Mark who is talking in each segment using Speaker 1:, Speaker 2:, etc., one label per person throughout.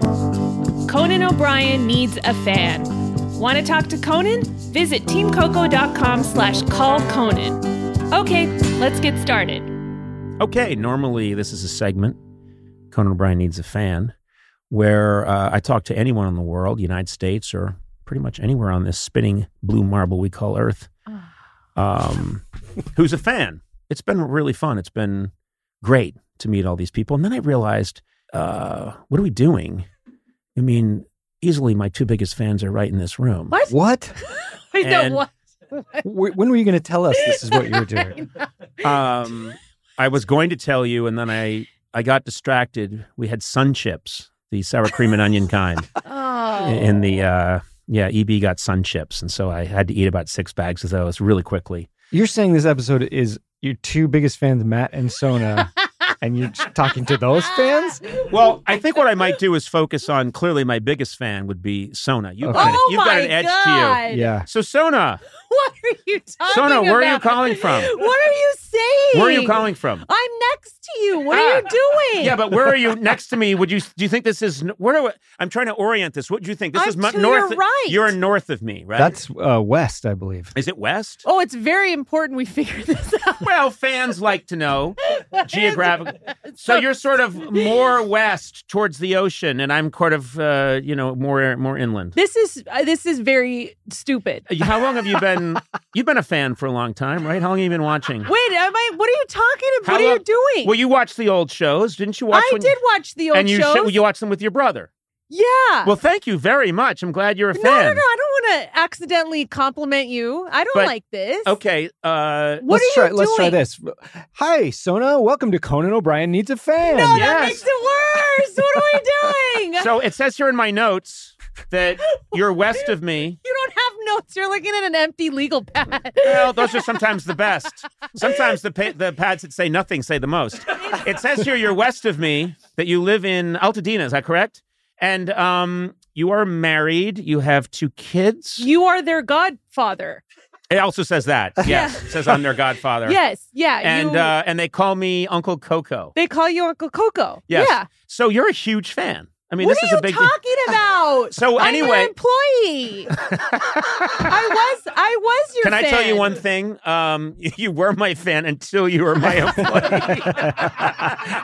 Speaker 1: Conan O'Brien needs a fan. Want to talk to Conan? Visit teamcoco.com slash call Conan. Okay, let's get started.
Speaker 2: Okay, normally this is a segment, Conan O'Brien Needs a Fan, where uh, I talk to anyone in the world, United States, or pretty much anywhere on this spinning blue marble we call Earth, um, who's a fan. It's been really fun. It's been great to meet all these people. And then I realized, uh, what are we doing? I mean, easily my two biggest fans are right in this room.
Speaker 3: What?
Speaker 4: What?
Speaker 3: I
Speaker 2: and-
Speaker 3: don't want.
Speaker 4: Wh- when were you going to tell us this is what you were doing?
Speaker 2: um, I was going to tell you, and then I I got distracted. We had sun chips, the sour cream and onion kind,
Speaker 3: Oh.
Speaker 2: in the uh, yeah. EB got sun chips, and so I had to eat about six bags of those really quickly.
Speaker 4: You're saying this episode is your two biggest fans, Matt and Sona, and you're just talking to those fans?
Speaker 2: Well, I think what I might do is focus on clearly my biggest fan would be Sona. You've got,
Speaker 4: Okay.
Speaker 3: Oh
Speaker 2: you've got
Speaker 3: my
Speaker 2: an edge to
Speaker 3: God.
Speaker 4: Yeah.
Speaker 2: you. So Sona,
Speaker 3: What are you talking
Speaker 2: Sona,
Speaker 3: about?
Speaker 2: where are you calling from?
Speaker 3: What are you saying?
Speaker 2: Where are you calling from?
Speaker 3: I'm next to you. What are you doing?
Speaker 2: Yeah, but where are you next to me? Would you do you think this is where? Do I, I'm trying to orient this. What do you think? This
Speaker 3: I'm
Speaker 2: is mu-
Speaker 3: to your
Speaker 2: north.
Speaker 3: right.
Speaker 2: You're north of me, right?
Speaker 4: That's uh, West, I believe.
Speaker 2: is it west?
Speaker 3: Oh, it's very important we figure this out.
Speaker 2: Well, fans like to know geographic. So you're sort of more west towards the ocean, and I'm sort of uh, you know more more inland.
Speaker 3: This is uh, this is very stupid.
Speaker 2: How long have you been? You've been a fan for a long time, right? How long have you been watching?
Speaker 3: Wait, am I? What are you talking about?
Speaker 2: How
Speaker 3: What are
Speaker 2: long-
Speaker 3: you doing?
Speaker 2: Well, you watched the old shows, didn't you? Watch
Speaker 3: I
Speaker 2: when-
Speaker 3: did watch the old
Speaker 2: and you
Speaker 3: shows.
Speaker 2: sho- you watched them with your brother.
Speaker 3: yeah.
Speaker 2: Well, thank you very much. I'm glad you're a
Speaker 3: no, no, no.
Speaker 2: fan.
Speaker 3: I don't want to accidentally compliment you. I don't
Speaker 2: But-
Speaker 3: like this.
Speaker 2: Okay. Uh,
Speaker 3: What
Speaker 4: let's
Speaker 3: are
Speaker 4: try,
Speaker 3: you
Speaker 4: Let's try
Speaker 3: doing?
Speaker 4: this. Hi, Sona. Welcome to Conan O'Brien Needs a Fan.
Speaker 3: No, that
Speaker 2: Yes.
Speaker 3: makes it worse. What are we doing?
Speaker 2: so it says here in my notes that you're west of me.
Speaker 3: you don't have notes. You're looking at an empty legal pad.
Speaker 2: Well, those are sometimes the best. Sometimes the pa- the pads that say nothing say the most. It says here you're west of me, that you live in Altadena. Is that correct? And um, you are married. You have two kids.
Speaker 3: You are their godfather.
Speaker 2: it also says that. Yes, it says I'm their godfather.
Speaker 3: Yes. Yeah.
Speaker 2: And
Speaker 3: you,
Speaker 2: uh, and they call me Uncle Coco.
Speaker 3: they call you Uncle Coco.
Speaker 2: Yes.
Speaker 3: Yeah.
Speaker 2: So you're a huge fan. I mean,
Speaker 3: what
Speaker 2: this
Speaker 3: are
Speaker 2: is
Speaker 3: you
Speaker 2: a big deal.
Speaker 3: talking about?
Speaker 2: So anyway-
Speaker 3: I'm an employee. I was. I was your.
Speaker 2: Can I tell you
Speaker 3: fan.
Speaker 2: one thing? Um, you were my fan until you were my employee.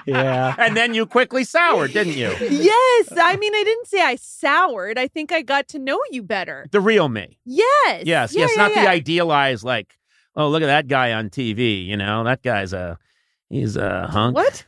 Speaker 4: Yeah.
Speaker 2: and then you quickly soured, didn't you?
Speaker 3: Yes. I mean, I didn't say I soured. I think I got to know you better.
Speaker 2: The real me.
Speaker 3: Yes.
Speaker 2: Yes,
Speaker 3: Yeah,
Speaker 2: yes,
Speaker 3: yeah,
Speaker 2: not
Speaker 3: yeah.
Speaker 2: the idealized like, oh, look at that guy on TV, you know, that guy's a he's a hunk.
Speaker 3: What?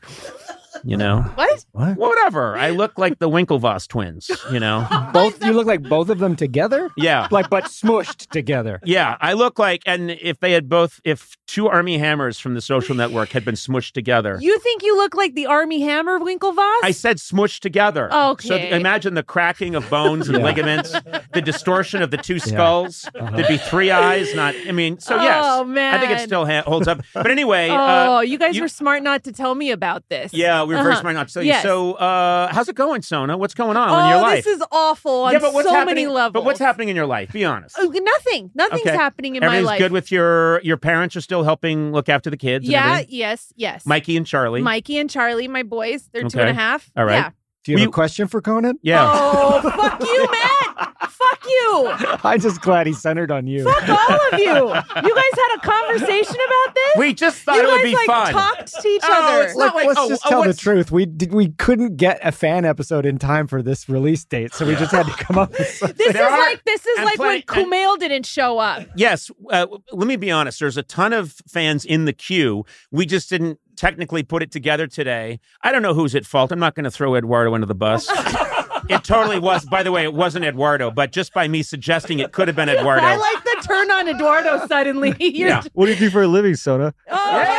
Speaker 2: you know?
Speaker 3: What?
Speaker 4: What?
Speaker 2: Whatever. I look like the Winklevoss twins, you know?
Speaker 4: Both you look like both of them together?
Speaker 2: Yeah.
Speaker 4: Like but smooshed together.
Speaker 2: Yeah, I look like, and if they had both, if two army hammers from the social network had been smushed together,
Speaker 3: You think you look like the Army Hammer of Winklevoss?
Speaker 2: I said smushed together. So
Speaker 3: Okay.
Speaker 2: th- imagine the cracking of bones and
Speaker 4: Yeah.
Speaker 2: ligaments, the distortion of the two skulls. There'd be three eyes, not, I mean, so yes.
Speaker 3: Oh, man.
Speaker 2: I think it still ha- holds up. But anyway,
Speaker 3: Oh,
Speaker 2: uh,
Speaker 3: you guys
Speaker 2: you-
Speaker 3: were smart not to tell me about this.
Speaker 2: yeah, we were very
Speaker 3: Uh-huh.
Speaker 2: smart not to tell
Speaker 3: Yes.
Speaker 2: you. So, uh, how's it going, Sona? What's going on
Speaker 3: Oh,
Speaker 2: in your life?
Speaker 3: this is awful on
Speaker 2: yeah, but what's
Speaker 3: so
Speaker 2: happening?
Speaker 3: many levels.
Speaker 2: But what's happening in your life? Be honest.
Speaker 3: Oh, nothing. Nothing's
Speaker 2: Okay.
Speaker 3: happening in my
Speaker 2: Everything's
Speaker 3: life.
Speaker 2: good with your your parents are still helping look after the kids. and
Speaker 3: yeah.
Speaker 2: everything?
Speaker 3: Yes. Yes.
Speaker 2: Mikey and Charlie.
Speaker 3: Mikey and Charlie, my boys. They're two
Speaker 2: Okay.
Speaker 3: and a half.
Speaker 2: All right.
Speaker 3: Yeah.
Speaker 4: Do you have
Speaker 2: We-
Speaker 4: a question for Conan?
Speaker 2: Yeah.
Speaker 3: Oh, fuck you, Matt. fuck you.
Speaker 4: I'm just glad he centered on you.
Speaker 3: Fuck all of you. You guys had a conversation about this?
Speaker 2: We just thought
Speaker 3: Oh. you
Speaker 2: it would
Speaker 3: guys,
Speaker 2: be
Speaker 3: like,
Speaker 2: fun.
Speaker 3: talked to each
Speaker 2: Oh,
Speaker 3: other.
Speaker 2: it's not like,
Speaker 4: Let's
Speaker 2: oh,
Speaker 4: just
Speaker 2: oh,
Speaker 4: tell the
Speaker 2: what's-
Speaker 4: truth. We did, we couldn't get a fan episode in time for this release date, so we just had to come up with some-
Speaker 3: this is
Speaker 2: There are-
Speaker 3: like this is
Speaker 2: and
Speaker 3: like when
Speaker 2: plenty- and-
Speaker 3: Kumail didn't show up.
Speaker 2: Yes. Uh, w- let me be honest. There's a ton of fans in the queue. We just didn't technically put it together today. I don't know who's at fault. I'm not going to throw Eduardo under the bus. it totally was. By the way, it wasn't Eduardo, but just by me suggesting it could have been Eduardo.
Speaker 3: I like the turn on Eduardo suddenly. You're-
Speaker 2: yeah.
Speaker 4: What do you do for a living, Sona?
Speaker 3: Oh,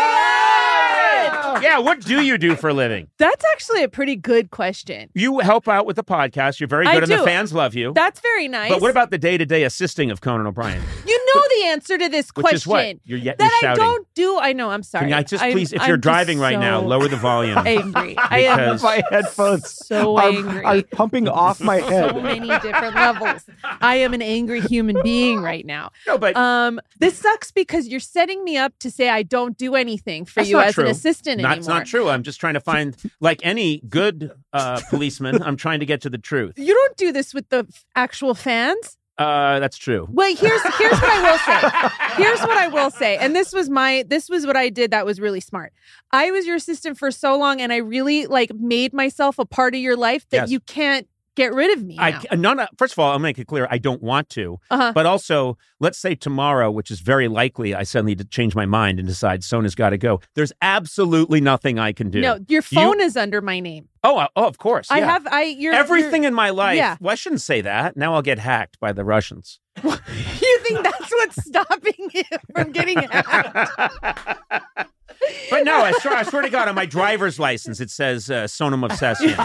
Speaker 2: Yeah. What do you do for a living?
Speaker 3: That's actually a pretty good question.
Speaker 2: You help out with the podcast. You're very
Speaker 3: I
Speaker 2: good, and
Speaker 3: do.
Speaker 2: the fans love you.
Speaker 3: That's very nice.
Speaker 2: But what about the day to day assisting of Conan O'Brien?
Speaker 3: you know the answer to this
Speaker 2: Which
Speaker 3: question?
Speaker 2: is what? You're, yet, you're
Speaker 3: that I
Speaker 2: shouting.
Speaker 3: don't do. I know. I'm sorry.
Speaker 2: Can I just
Speaker 3: I'm-
Speaker 2: please, if
Speaker 3: I'm
Speaker 2: you're
Speaker 3: just
Speaker 2: driving right now,
Speaker 3: so
Speaker 2: lower the volume.
Speaker 3: Angry. I am
Speaker 2: Because-
Speaker 4: My headphones
Speaker 3: so
Speaker 4: are,
Speaker 3: angry.
Speaker 4: are pumping off my
Speaker 3: so
Speaker 4: head.
Speaker 3: many different levels. I am an angry human being right now.
Speaker 2: No, but
Speaker 3: Um, this sucks because you're setting me up to say I don't do anything for
Speaker 2: That's
Speaker 3: you
Speaker 2: not
Speaker 3: as
Speaker 2: true.
Speaker 3: an assistant
Speaker 2: not, it's
Speaker 3: anymore.
Speaker 2: not true. I'm just trying to find, like any good uh, policeman, I'm trying to get to the truth.
Speaker 3: You don't do this with the f- actual fans.
Speaker 2: Uh, that's true.
Speaker 3: Wait, here's here's what I will say. Here's what I will say. And this was my this was what I did that was really smart. I was your assistant for so long and I really like made myself a part of your life that
Speaker 2: Yes.
Speaker 3: you can't get rid of me.
Speaker 2: I
Speaker 3: now.
Speaker 2: c- no, no, first of all, I'll make it clear I don't want to.
Speaker 3: Uh-huh.
Speaker 2: But also, let's say tomorrow, which is very likely, I suddenly d- change my mind and decide Sona's got to go. There's absolutely nothing I can do.
Speaker 3: No, your phone is under my name.
Speaker 2: Oh, uh, oh, of course.
Speaker 3: I
Speaker 2: yeah.
Speaker 3: have I you're
Speaker 2: everything in my life.
Speaker 3: Yeah.
Speaker 2: Well, I shouldn't say that. Now I'll get hacked by the Russians.
Speaker 3: you're- you think that's what's stopping you from getting out.
Speaker 2: But no, I swear, I swear to God, on my driver's license, it says uh, Sonam Obsession.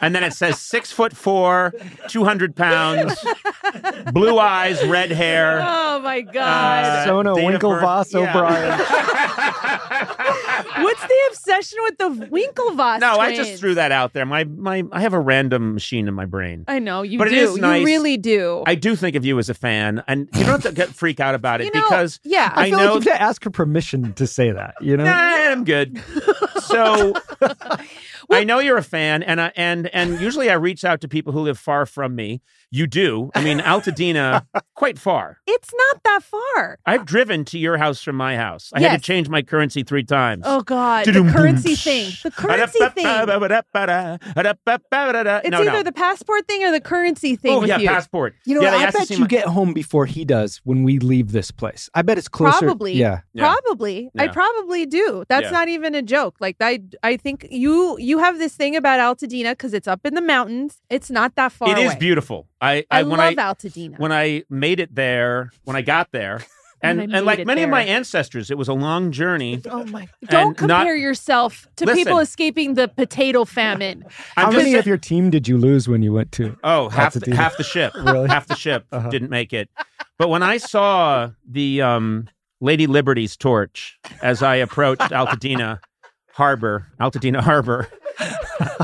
Speaker 2: and then it says six foot four, 200 pounds, blue eyes, red hair.
Speaker 3: Oh my god.
Speaker 2: Uh,
Speaker 4: Sona
Speaker 2: date of birth-
Speaker 4: Winklevoss
Speaker 2: yeah.
Speaker 4: O'Brien.
Speaker 3: What's the obsession with the Winklevoss?
Speaker 2: No, I
Speaker 3: twins?
Speaker 2: just threw that out there. My, my, I have a random machine in my brain.
Speaker 3: I know you
Speaker 2: But it
Speaker 3: do.
Speaker 2: is nice.
Speaker 3: You really do.
Speaker 2: I do think of you as a fan, and you don't have to get freak out about it
Speaker 3: You know,
Speaker 2: because
Speaker 3: yeah,
Speaker 2: I,
Speaker 4: I feel
Speaker 2: know
Speaker 4: like you have to ask her permission to say that, you know?
Speaker 2: Nah, I'm good. So I know you're a fan, and I, and and usually I reach out to people who live far from me. You do. I mean, Altadena, quite far.
Speaker 3: it's not that far.
Speaker 2: I've driven to your house from my house. I had
Speaker 3: Yes.
Speaker 2: to change my currency three times.
Speaker 3: Oh God, the
Speaker 2: Dudum boom.
Speaker 3: currency thing. The currency thing. It's
Speaker 2: It's
Speaker 3: either the passport thing or the currency thing
Speaker 2: oh
Speaker 3: with
Speaker 2: yeah,
Speaker 3: you.
Speaker 2: passport.
Speaker 4: You know,
Speaker 2: yeah, they
Speaker 4: I
Speaker 2: asked to
Speaker 4: bet
Speaker 2: see
Speaker 4: you
Speaker 2: my-
Speaker 4: get home before he does when we leave this place. I bet it's closer.
Speaker 3: Probably.
Speaker 4: Yeah.
Speaker 2: Yeah.
Speaker 3: Probably, I
Speaker 2: Yeah.
Speaker 3: probably do. That's
Speaker 2: Yeah.
Speaker 3: not even a joke. Like I, I think you you have this thing about Altadena because it's up in the mounins. It's not that far.
Speaker 2: It is
Speaker 3: away.
Speaker 2: beautiful. I, I,
Speaker 3: I
Speaker 2: when
Speaker 3: love
Speaker 2: I
Speaker 3: Altadena.
Speaker 2: when I made it there, when I got there, and
Speaker 3: When I
Speaker 2: and
Speaker 3: made
Speaker 2: like
Speaker 3: it
Speaker 2: many of
Speaker 3: there.
Speaker 2: my ancestors, it was a long journey.
Speaker 3: oh my! Don't
Speaker 2: and not-
Speaker 3: compare yourself to
Speaker 2: Listen.
Speaker 3: people escaping the potato famine.
Speaker 2: I'm
Speaker 4: How
Speaker 2: just
Speaker 4: many
Speaker 2: saying-
Speaker 4: of your team did you lose when you went to?
Speaker 2: Oh, half
Speaker 4: to
Speaker 2: the,
Speaker 4: do.
Speaker 2: half the ship.
Speaker 4: Really? Uh-huh.
Speaker 2: Half the ship didn't make it. But when I saw the um, Lady Liberty's torch as I approached Altadena Harbor, Altadena Harbor,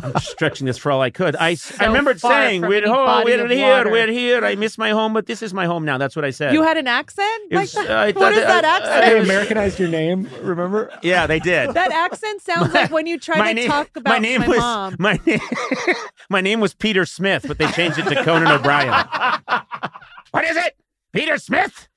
Speaker 2: I'm stretching this for all I could. I, I remembered
Speaker 3: far
Speaker 2: saying,
Speaker 3: from
Speaker 2: "We're
Speaker 3: any
Speaker 2: home,
Speaker 3: body
Speaker 2: we're
Speaker 3: of
Speaker 2: here,
Speaker 3: water."
Speaker 2: we're here. I miss my home, but this is my home now." That's what I said.
Speaker 3: You had an accent
Speaker 2: It
Speaker 3: like
Speaker 2: was- uh,
Speaker 3: that?
Speaker 2: I
Speaker 3: what
Speaker 2: thought
Speaker 3: is that
Speaker 2: I- I-
Speaker 3: accent?
Speaker 4: They Americanized your name, remember?
Speaker 2: yeah, they did.
Speaker 3: That accent sounds like when you try to talk about my,
Speaker 2: was
Speaker 3: mom.
Speaker 2: my name. my name was Peter Smith, but they changed it to Conan O'Brien. what is it, Peter Smith?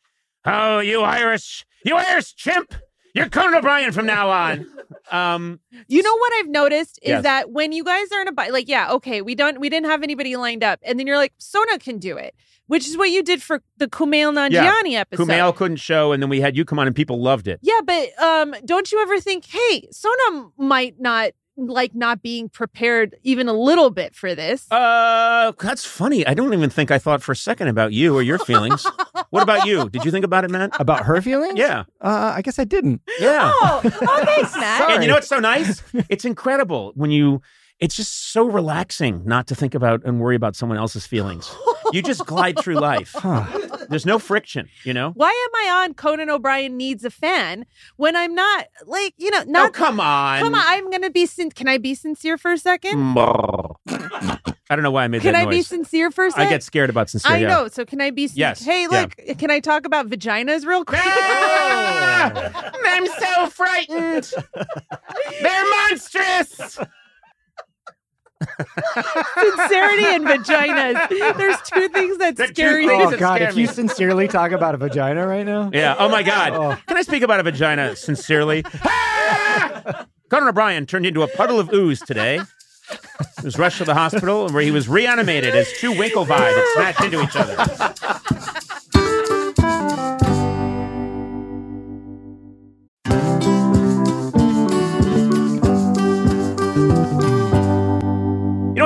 Speaker 2: Oh, you Irish, you Irish chimp! You're Conan O'Brien from now on. Um,
Speaker 3: You know what I've noticed is
Speaker 2: Yes.
Speaker 3: that when you guys are in a bi- like, yeah, okay, we don't, we didn't have anybody lined up, and then you're like, Sona can do it, which is what you did for the Kumail Nanjiani episode.
Speaker 2: Kumail couldn't show, and then we had you come on, and people loved it.
Speaker 3: Yeah, but um, don't you ever think, hey, Sona might not like not being prepared even a little bit for this.
Speaker 2: Uh, that's funny. I don't even think I thought for a second about you or your feelings. what about you? Did you think about it, Matt?
Speaker 4: About her feelings?
Speaker 2: Yeah,
Speaker 4: Uh, I guess I didn't.
Speaker 2: yeah.
Speaker 3: Oh, oh, thanks, Matt.
Speaker 2: And you know what's so nice? It's incredible when you. It's just so relaxing not to think about and worry about someone else's feelings. You just glide through life.
Speaker 4: Huh.
Speaker 2: There's no friction, you know.
Speaker 3: Why am I on Conan O'Brien needs a fan when I'm not like you know
Speaker 2: No,
Speaker 3: not
Speaker 2: Oh, come on.
Speaker 3: come on I'm gonna be sin- can I be sincere for a second?
Speaker 2: I don't know why I made
Speaker 3: Can
Speaker 2: that
Speaker 3: I
Speaker 2: Mm,
Speaker 3: be
Speaker 2: noise.
Speaker 3: sincere for a
Speaker 2: I
Speaker 3: second?
Speaker 2: get scared about
Speaker 3: I
Speaker 2: sincerity.
Speaker 3: know. So can I be? sin-
Speaker 2: Yes,
Speaker 3: Hey,
Speaker 2: yeah.
Speaker 3: look. Can I talk about vaginas real quick?
Speaker 2: I'm so frightened. They're monstrous.
Speaker 3: Sincerity and vaginas. There's two things that
Speaker 2: The two
Speaker 3: scare you.
Speaker 2: things
Speaker 4: Oh
Speaker 2: that
Speaker 4: God!
Speaker 2: scare
Speaker 4: If you
Speaker 2: me.
Speaker 4: sincerely talk about a vagina right now,
Speaker 2: Yeah. Oh my God.
Speaker 4: Oh.
Speaker 2: Can I speak about a vagina sincerely? Ah! Conan O'Brien turned into a puddle of ooze today. He was rushed to the hospital where he was reanimated as two Winklevi that smashed into each other. You know,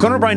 Speaker 2: Conan O'Brien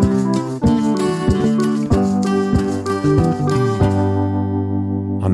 Speaker 2: On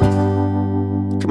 Speaker 2: Come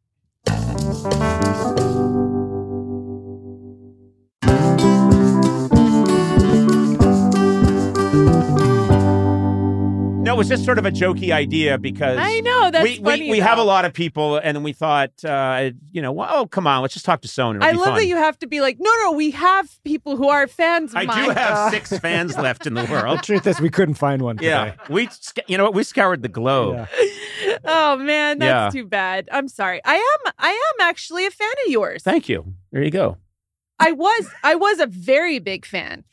Speaker 2: No, it's just sort of a jokey idea because
Speaker 3: I know. That's
Speaker 2: we,
Speaker 3: funny.
Speaker 2: we, we have a
Speaker 3: though.
Speaker 2: lot of people, and then we thought, uh, you know, well, oh, come on, let's just talk to Sony. It'll
Speaker 3: I
Speaker 2: be
Speaker 3: love
Speaker 2: fun.
Speaker 3: that you have to be like, no, no, we have people who are fans of
Speaker 2: I
Speaker 3: mine.
Speaker 2: do have six fans left in the world.
Speaker 4: Truth is, we couldn't find one.
Speaker 2: Yeah,
Speaker 4: today.
Speaker 2: we, sc- you know what, we scoured the globe.
Speaker 4: Yeah.
Speaker 3: oh man, that's
Speaker 2: Yeah.
Speaker 3: too bad. I'm sorry. I am I am actually a fan of yours.
Speaker 2: Thank you. There you go.
Speaker 3: I was I was a very big fan.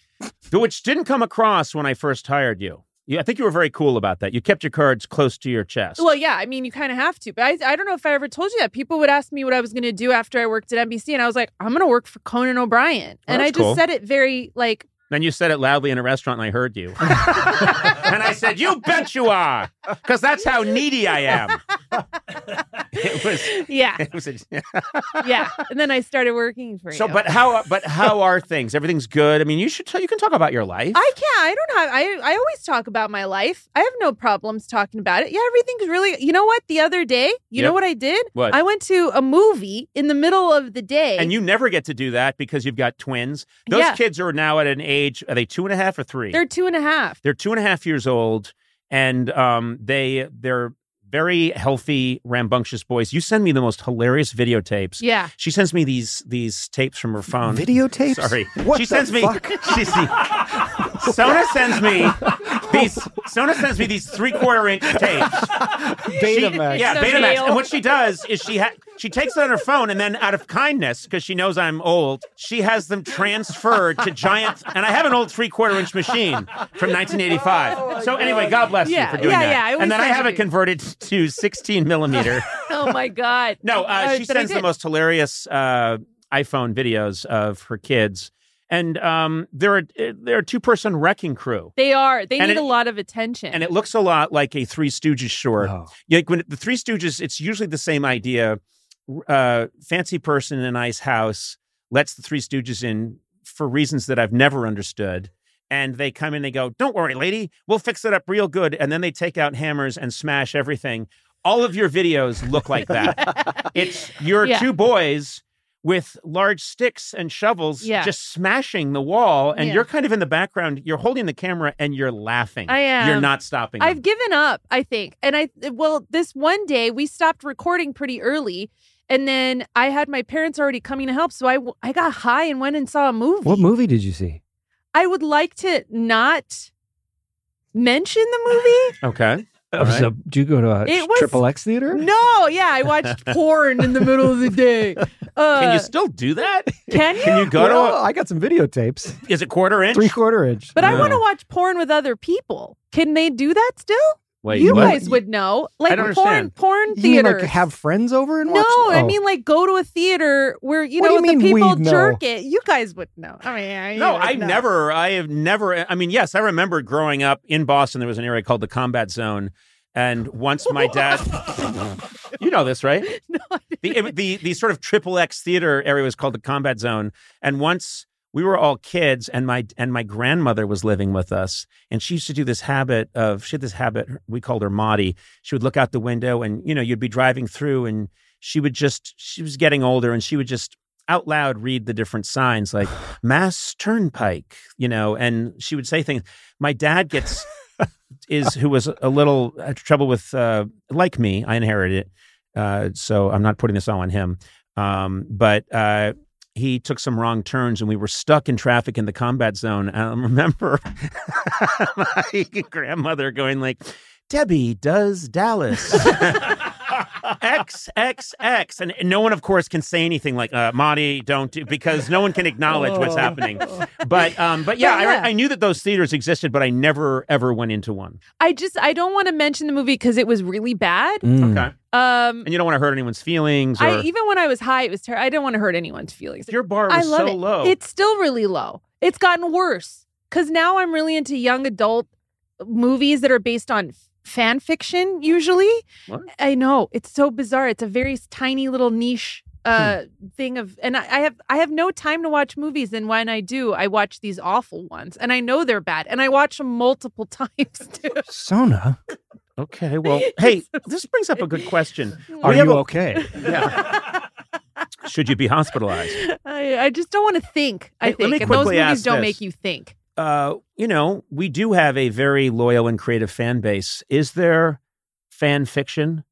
Speaker 2: Which didn't come across when I first hired you. Yeah, I think you were very cool about that. You kept your cards close to your chest.
Speaker 3: Well, yeah, I mean you kind of have to, but I I don't know if I ever told you that. People would ask me what I was going to do after I worked at NBC and I was like, I'm going to work for Conan O'Brien. and
Speaker 2: that's
Speaker 3: I just
Speaker 2: cool.
Speaker 3: said it very like
Speaker 2: then you said it loudly in a restaurant, and I heard you. and I said, "You bet you are," because that's how needy I am. it was.
Speaker 3: yeah,
Speaker 2: It was a,
Speaker 3: yeah. And then I started working for
Speaker 2: So,
Speaker 3: you.
Speaker 2: but how but how are things? Everything's good. I mean, you should tell, you can talk about your life.
Speaker 3: I can't. I don't have. I I always talk about my life. I have no problems talking about it. Yeah, everything's really. You know what? The other day, you
Speaker 2: Yep.
Speaker 3: know what I did?
Speaker 2: What?
Speaker 3: I went to a movie in the middle of the day.
Speaker 2: and you never get to do that because you've got twins. Those
Speaker 3: Yeah.
Speaker 2: kids are now at an age. Are they two and a half or 3
Speaker 3: they're two and a half.
Speaker 2: They're two and a half years old, and um, they they're very healthy, rambunctious boys. You send me the most hilarious videotapes.
Speaker 3: Yeah.
Speaker 2: She sends me these these tapes from her phone.
Speaker 4: Videotapes?
Speaker 2: Sorry.
Speaker 4: What
Speaker 2: she
Speaker 4: the
Speaker 2: sends me
Speaker 4: fuck?
Speaker 2: she's Sona sends me these Sona sends me these three quarter inch tapes. She-
Speaker 4: Betamax.
Speaker 2: yeah,
Speaker 1: So
Speaker 2: Betamax.
Speaker 1: real.
Speaker 2: And what she does is she ha- she takes it on her phone, and then out of kindness, because she knows I'm old, she has them transferred to giant. And I have an old three quarter inch machine from 1985. so anyway, God bless
Speaker 3: Oh, Yeah,
Speaker 2: you for doing
Speaker 3: yeah,
Speaker 2: that.
Speaker 3: yeah, I always
Speaker 2: and then I
Speaker 3: send
Speaker 2: have
Speaker 3: you
Speaker 2: it converted to 16 millimeter.
Speaker 3: Oh my god.
Speaker 2: No, uh,
Speaker 3: Oh,
Speaker 2: she
Speaker 3: but I
Speaker 2: sends the
Speaker 3: did.
Speaker 2: most hilarious uh, iPhone videos of her kids, and um, they're a, they're a two person wrecking crew.
Speaker 3: They are. They
Speaker 2: And
Speaker 3: need
Speaker 2: it-
Speaker 3: a lot of attention.
Speaker 2: And it looks a lot like a Three Stooges short.
Speaker 4: Oh.
Speaker 2: Yeah, like when the Three Stooges, it's usually the same idea. Uh, fancy person in a nice house lets the Three Stooges in for reasons that I've never understood. And they come in, they go, Don't worry, lady, we'll fix it up real good. And then they take out hammers and smash everything. All of your videos look like that. it's your
Speaker 3: Yeah.
Speaker 2: two boys with large sticks and shovels
Speaker 3: Yeah.
Speaker 2: just smashing the wall. And
Speaker 3: Yeah.
Speaker 2: you're kind of in the background, you're holding the camera and you're laughing.
Speaker 3: I am.
Speaker 2: You're not stopping. them.
Speaker 3: I've given up, I think. And I well, this one day we stopped recording pretty early and then I had my parents already coming to help, so I I got high and went and saw a movie.
Speaker 4: What movie did you see?
Speaker 3: I would like to not mention the movie.
Speaker 2: Okay.
Speaker 4: That was
Speaker 2: All
Speaker 4: a- do you go to a
Speaker 3: It was-
Speaker 4: triple X theater?
Speaker 3: No, yeah, I watched porn in the middle of the day. Uh,
Speaker 2: Can you still do that?
Speaker 3: can you?
Speaker 2: Can you go
Speaker 4: Well,
Speaker 2: to?
Speaker 4: Oh, I got some videotapes.
Speaker 2: A, is it quarter inch?
Speaker 4: Three quarter inch.
Speaker 3: But I
Speaker 2: No.
Speaker 3: want to watch porn with other people. Can they do that still?
Speaker 2: Wait,
Speaker 3: you
Speaker 2: what?
Speaker 3: guys would know. Like
Speaker 2: don't
Speaker 3: porn,
Speaker 2: understand.
Speaker 3: porn
Speaker 4: you mean,
Speaker 3: theater.
Speaker 4: like have friends over and
Speaker 3: no,
Speaker 4: watch?
Speaker 3: I
Speaker 4: Oh.
Speaker 3: mean like go to a theater where you
Speaker 4: What
Speaker 3: know
Speaker 4: do you
Speaker 3: the
Speaker 4: mean
Speaker 3: people
Speaker 4: we'd know?
Speaker 3: jerk it. You guys would know. I mean, I- you
Speaker 2: No,
Speaker 3: would
Speaker 2: I
Speaker 3: know.
Speaker 2: never. I have never. I mean, yes, I remember growing up in Boston. There was an area called the Combat Zone, and once my dad, you know this, right?
Speaker 3: No, I
Speaker 2: The it- the the sort of triple X theater area was called the Combat Zone, and once we were all kids, and my and my grandmother was living with us, and she used to do this habit of she had this habit we called her Maudie. She would look out the window, and you know, you'd be driving through, and she would just she was getting older, and she would just out loud read the different signs like mass turnpike you know and she would say things my dad gets is who was a little had trouble with uh like me i inherited it uh so i'm not putting this all on him um but uh he took some wrong turns and we were stuck in traffic in the combat zone. And I remember my grandmother going like, Debbie does Dallas. X, X, X. And no one, of course, can say anything like, uh, Monty, don't do, because no one can acknowledge what's
Speaker 4: Oh.
Speaker 2: happening. But, um, but yeah,
Speaker 3: But yeah.
Speaker 2: I, I knew that those theaters existed, but I never, ever went into one.
Speaker 3: I just I don't want to mention the movie because it was really bad.
Speaker 4: Mm.
Speaker 2: Okay.
Speaker 3: Um,
Speaker 2: And you don't want to hurt anyone's feelings or
Speaker 3: I even when I was high, it was terrible. I didn't want to hurt anyone's feelings.
Speaker 2: your bar
Speaker 3: I
Speaker 2: was
Speaker 3: love
Speaker 2: so
Speaker 3: it.
Speaker 2: low.
Speaker 3: It's still really low. It's gotten worse because now I'm really into young adult movies that are based on f- fan fiction. Usually,
Speaker 2: What?
Speaker 3: I know it's so bizarre. It's a very s- tiny little niche
Speaker 2: Hmm.
Speaker 3: uh, thing of, and I, I have I have no time to watch movies, and when I do, I watch these awful ones, and I know they're bad, and I watch them multiple times too.
Speaker 4: Sona,
Speaker 2: okay. Well, hey, this brings up a good question.
Speaker 4: are
Speaker 2: have
Speaker 4: you
Speaker 2: a-
Speaker 4: okay?
Speaker 2: Should you be hospitalized?
Speaker 3: I, I just don't want to think.
Speaker 2: Hey,
Speaker 3: I
Speaker 2: let
Speaker 3: think,
Speaker 2: me
Speaker 3: and those
Speaker 2: quickly
Speaker 3: movies
Speaker 2: ask
Speaker 3: don't
Speaker 2: this.
Speaker 3: make you think.
Speaker 2: uh, you know, we do have a very loyal and creative fan base. Is there fan fiction,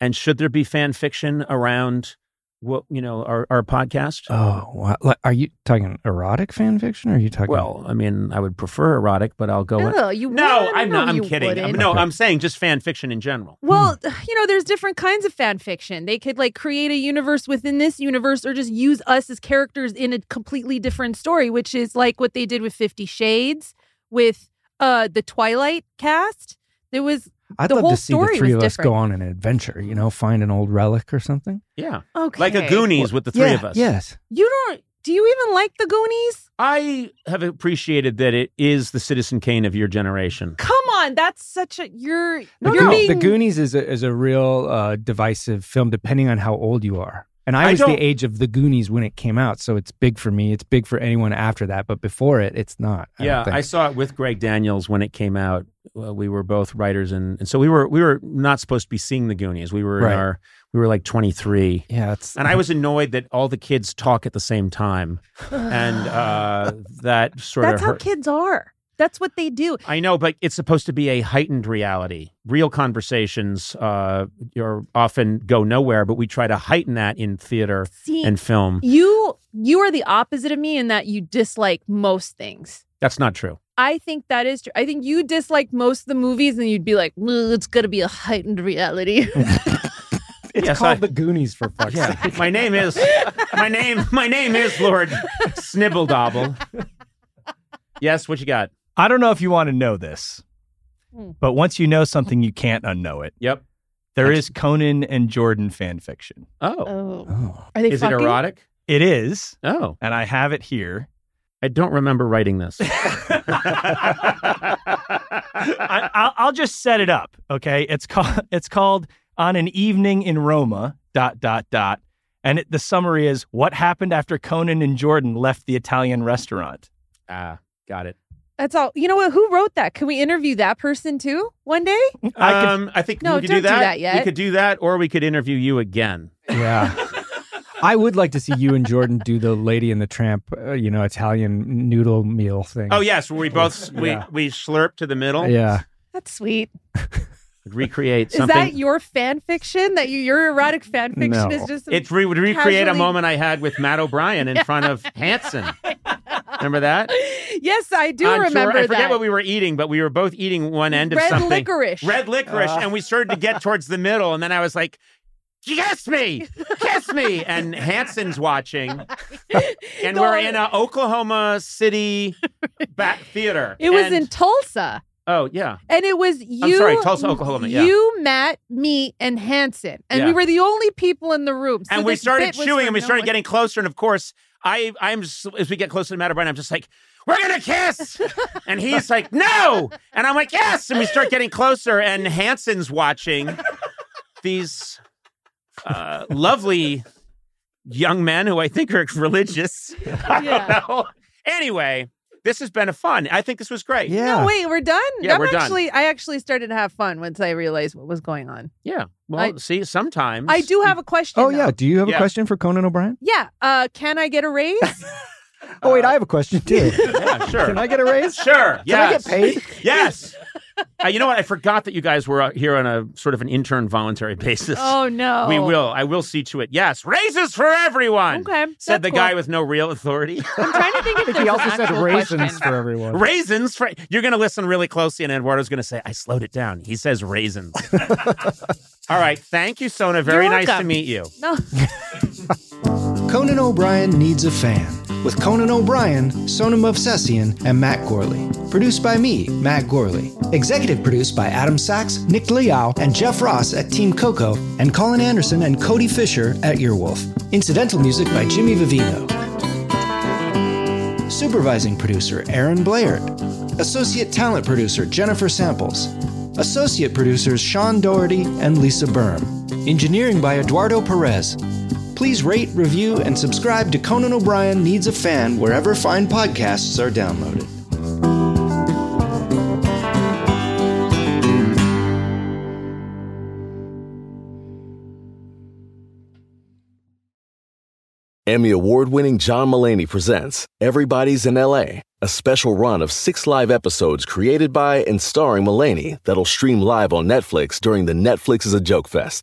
Speaker 2: and should there be fan fiction around what you know our our podcast?
Speaker 4: Oh, wow. Like, are you talking erotic fan fiction? Or are you talking?
Speaker 2: well, I mean, I would prefer erotic, but I'll go. in-
Speaker 3: Ugh, you
Speaker 2: No,
Speaker 3: wouldn't.
Speaker 2: I'm not. I'm
Speaker 3: you
Speaker 2: kidding. I'm-
Speaker 3: wouldn't.
Speaker 2: no, I'm saying just fan fiction in general.
Speaker 3: Well,
Speaker 2: Hmm.
Speaker 3: you know, there's different kinds of fan fiction. They could like create a universe within this universe or just use us as characters in a completely different story, which is like what they did with 50 Shades with uh the Twilight cast. There was
Speaker 4: I'd
Speaker 3: the
Speaker 4: love
Speaker 3: whole
Speaker 4: to see the
Speaker 3: story
Speaker 4: three of
Speaker 3: was
Speaker 4: us go on an adventure. You know, find an old relic or something.
Speaker 2: Yeah,
Speaker 3: okay.
Speaker 2: like a Goonies with the three
Speaker 4: Yeah,
Speaker 2: of us.
Speaker 4: Yes.
Speaker 3: You don't do you even like the Goonies?
Speaker 2: I have appreciated that it is the Citizen Kane of your generation.
Speaker 3: Come on, that's such a you're
Speaker 4: The,
Speaker 3: you're
Speaker 4: Goon-
Speaker 3: being
Speaker 4: the Goonies is a, is a real uh, divisive film, depending on how old you are. And I,
Speaker 2: I
Speaker 4: was the
Speaker 2: don't-
Speaker 4: age of the Goonies when it came out, so it's big for me. It's big for anyone after that, but before it, it's not. I don't
Speaker 2: yeah,
Speaker 4: think.
Speaker 2: I saw it with Greg Daniels when it came out. Uh, we were both writers, and, and so we were we were not supposed to be seeing the Goonies. We were
Speaker 4: Right.
Speaker 2: in our we were like twenty three,
Speaker 4: yeah, it's
Speaker 2: and I was annoyed that all the kids talk at the same time, and uh, that sort of
Speaker 3: That's how
Speaker 2: hurt.
Speaker 3: kids are. That's what they do.
Speaker 2: I know, but it's supposed to be a heightened reality. Real conversations uh, are often go nowhere, but we try to heighten that in theater
Speaker 3: See,
Speaker 2: and film.
Speaker 3: you you are the opposite of me in that you dislike most things.
Speaker 2: That's not true.
Speaker 3: I think that is true. I think you dislike most of the movies, and you'd be like, "Well, "It's gonna be a heightened reality."
Speaker 4: it's
Speaker 2: Yes,
Speaker 4: called
Speaker 2: I-
Speaker 4: the Goonies for fuck's sake.
Speaker 2: Yeah, my name is my name. My name is Lord Snibbledobble. Yes, what you got?
Speaker 5: I don't know if you want to know this,
Speaker 3: Hmm.
Speaker 5: but once you know something, you can't unknow it.
Speaker 2: Yep.
Speaker 5: There is Conan and Jordan fan fiction.
Speaker 2: Oh,
Speaker 3: oh,
Speaker 4: Oh.
Speaker 3: are they
Speaker 2: is it
Speaker 3: fucking?
Speaker 2: erotic?
Speaker 5: It is,
Speaker 2: Oh,
Speaker 5: and I have it here.
Speaker 2: I don't remember writing this.
Speaker 5: I, I'll, I'll just set it up. Okay, it's called it's called on an evening in Roma. Dot dot dot, and it, the summary is what happened after Conan and Jordan left the Italian restaurant.
Speaker 2: ah, got it.
Speaker 3: That's all. You know what? Who wrote that? Can we interview that person too one day?
Speaker 5: I could,
Speaker 2: um, I think
Speaker 3: No,
Speaker 2: we could
Speaker 3: don't
Speaker 2: do
Speaker 3: do
Speaker 2: that.
Speaker 3: that yet.
Speaker 2: We could do that, or we could interview you again.
Speaker 4: Yeah. I would like to see you and Jordan do the Lady and the Tramp, uh, you know, Italian noodle meal thing.
Speaker 2: Oh yes, we both we
Speaker 4: Yeah.
Speaker 2: we slurp to the middle.
Speaker 4: Yeah.
Speaker 3: That's sweet.
Speaker 2: Recreate
Speaker 3: Is
Speaker 2: something.
Speaker 3: that your fan fiction? That you, your erotic fan fiction
Speaker 4: No.
Speaker 3: is just
Speaker 2: It re- would recreate a
Speaker 3: Casually-
Speaker 2: moment I had with Matt O'Brien in front of Hanson. Remember that?
Speaker 3: yes, I do
Speaker 2: on
Speaker 3: remember
Speaker 2: shore. I forget
Speaker 3: that.
Speaker 2: what we were eating, but we were both eating one end of
Speaker 3: Red
Speaker 2: something.
Speaker 3: licorice.
Speaker 2: Red licorice,
Speaker 3: Uh.
Speaker 6: Ah.
Speaker 2: and we started to get towards the middle, and then I was like, "Kiss me, kiss me!" And Hanson's watching, and we're in a Oklahoma City back theater.
Speaker 3: It was
Speaker 2: And-
Speaker 3: in Tulsa.
Speaker 2: oh yeah,
Speaker 3: And it was you.
Speaker 2: sorry, Tulsa, Oklahoma, yeah.
Speaker 3: You, Matt, me, and Hanson. And we
Speaker 2: Yeah.
Speaker 3: were the only people in the room. So
Speaker 2: and we
Speaker 3: this
Speaker 2: started
Speaker 3: bit was
Speaker 2: chewing,
Speaker 3: for
Speaker 2: and we
Speaker 3: no
Speaker 2: started
Speaker 3: one.
Speaker 2: getting closer, and of course. I, I'm s- as we get closer to Matt O'Brien, I'm just like, we're gonna kiss, and he's like, no, and I'm like, yes, and we start getting closer, and Hanson's watching these uh, lovely young men who I think are religious. I
Speaker 3: Yeah.
Speaker 2: don't know. Anyway, this has been a fun. I think this was great.
Speaker 6: Yeah.
Speaker 3: No, wait, we're done.
Speaker 2: Yeah,
Speaker 3: I'm
Speaker 2: we're done.
Speaker 3: actually, I actually started to have fun once I realized what was going on.
Speaker 2: Yeah. Well,
Speaker 3: I-
Speaker 2: see, sometimes
Speaker 3: I do have a question.
Speaker 6: Oh
Speaker 3: though.
Speaker 6: yeah. Do you have a
Speaker 2: Yeah.
Speaker 6: question for Conan O'Brien?
Speaker 3: Yeah. Uh, can I get a raise?
Speaker 6: Oh wait, I have a question too.
Speaker 2: Yeah, Uh, sure.
Speaker 6: Can I get a raise?
Speaker 2: Sure.
Speaker 6: Can I get
Speaker 2: Yes.
Speaker 6: paid?
Speaker 2: Yes. Uh, you know what? I forgot that you guys were out here on a sort of an intern voluntary basis.
Speaker 3: oh no.
Speaker 2: We will. I will see to it. Yes. Raises for everyone.
Speaker 3: Okay.
Speaker 2: Said
Speaker 3: that's
Speaker 2: the
Speaker 3: cool.
Speaker 2: guy with no real authority.
Speaker 7: I'm trying to think if there's
Speaker 6: He also
Speaker 7: an
Speaker 6: said
Speaker 7: actual
Speaker 6: raisins
Speaker 7: question.
Speaker 6: for everyone.
Speaker 2: raisins. For, you're going to listen really closely, and Eduardo's going to say, I slowed it down. He says raisins. All right. Thank you, Sona. Very
Speaker 7: You're
Speaker 2: nice to
Speaker 7: welcome.
Speaker 2: meet you.
Speaker 3: No.
Speaker 4: Conan O'Brien Needs a Fan with Conan O'Brien, Sonam Obsessian, and Matt Gorley. Produced by me, Matt Gorley. Executive produced by Adam Sachs, Nick Leal, and Jeff Ross at Team Coco, and Colin Anderson and Cody Fisher at Earwolf. Incidental music by Jimmy Vivino. Supervising producer Aaron Blaird. Associate talent producer Jennifer Samples. Associate producers Sean Doherty and Lisa Berm. Engineering by Eduardo Perez. Please rate, review, and subscribe to Conan O'Brien Needs a Fan wherever fine podcasts are downloaded.
Speaker 8: Emmy award winning John Mullaney presents Everybody's in LA, a special run of six live episodes created by and starring Mullaney that'll stream live on Netflix during the Netflix is a Joke Fest.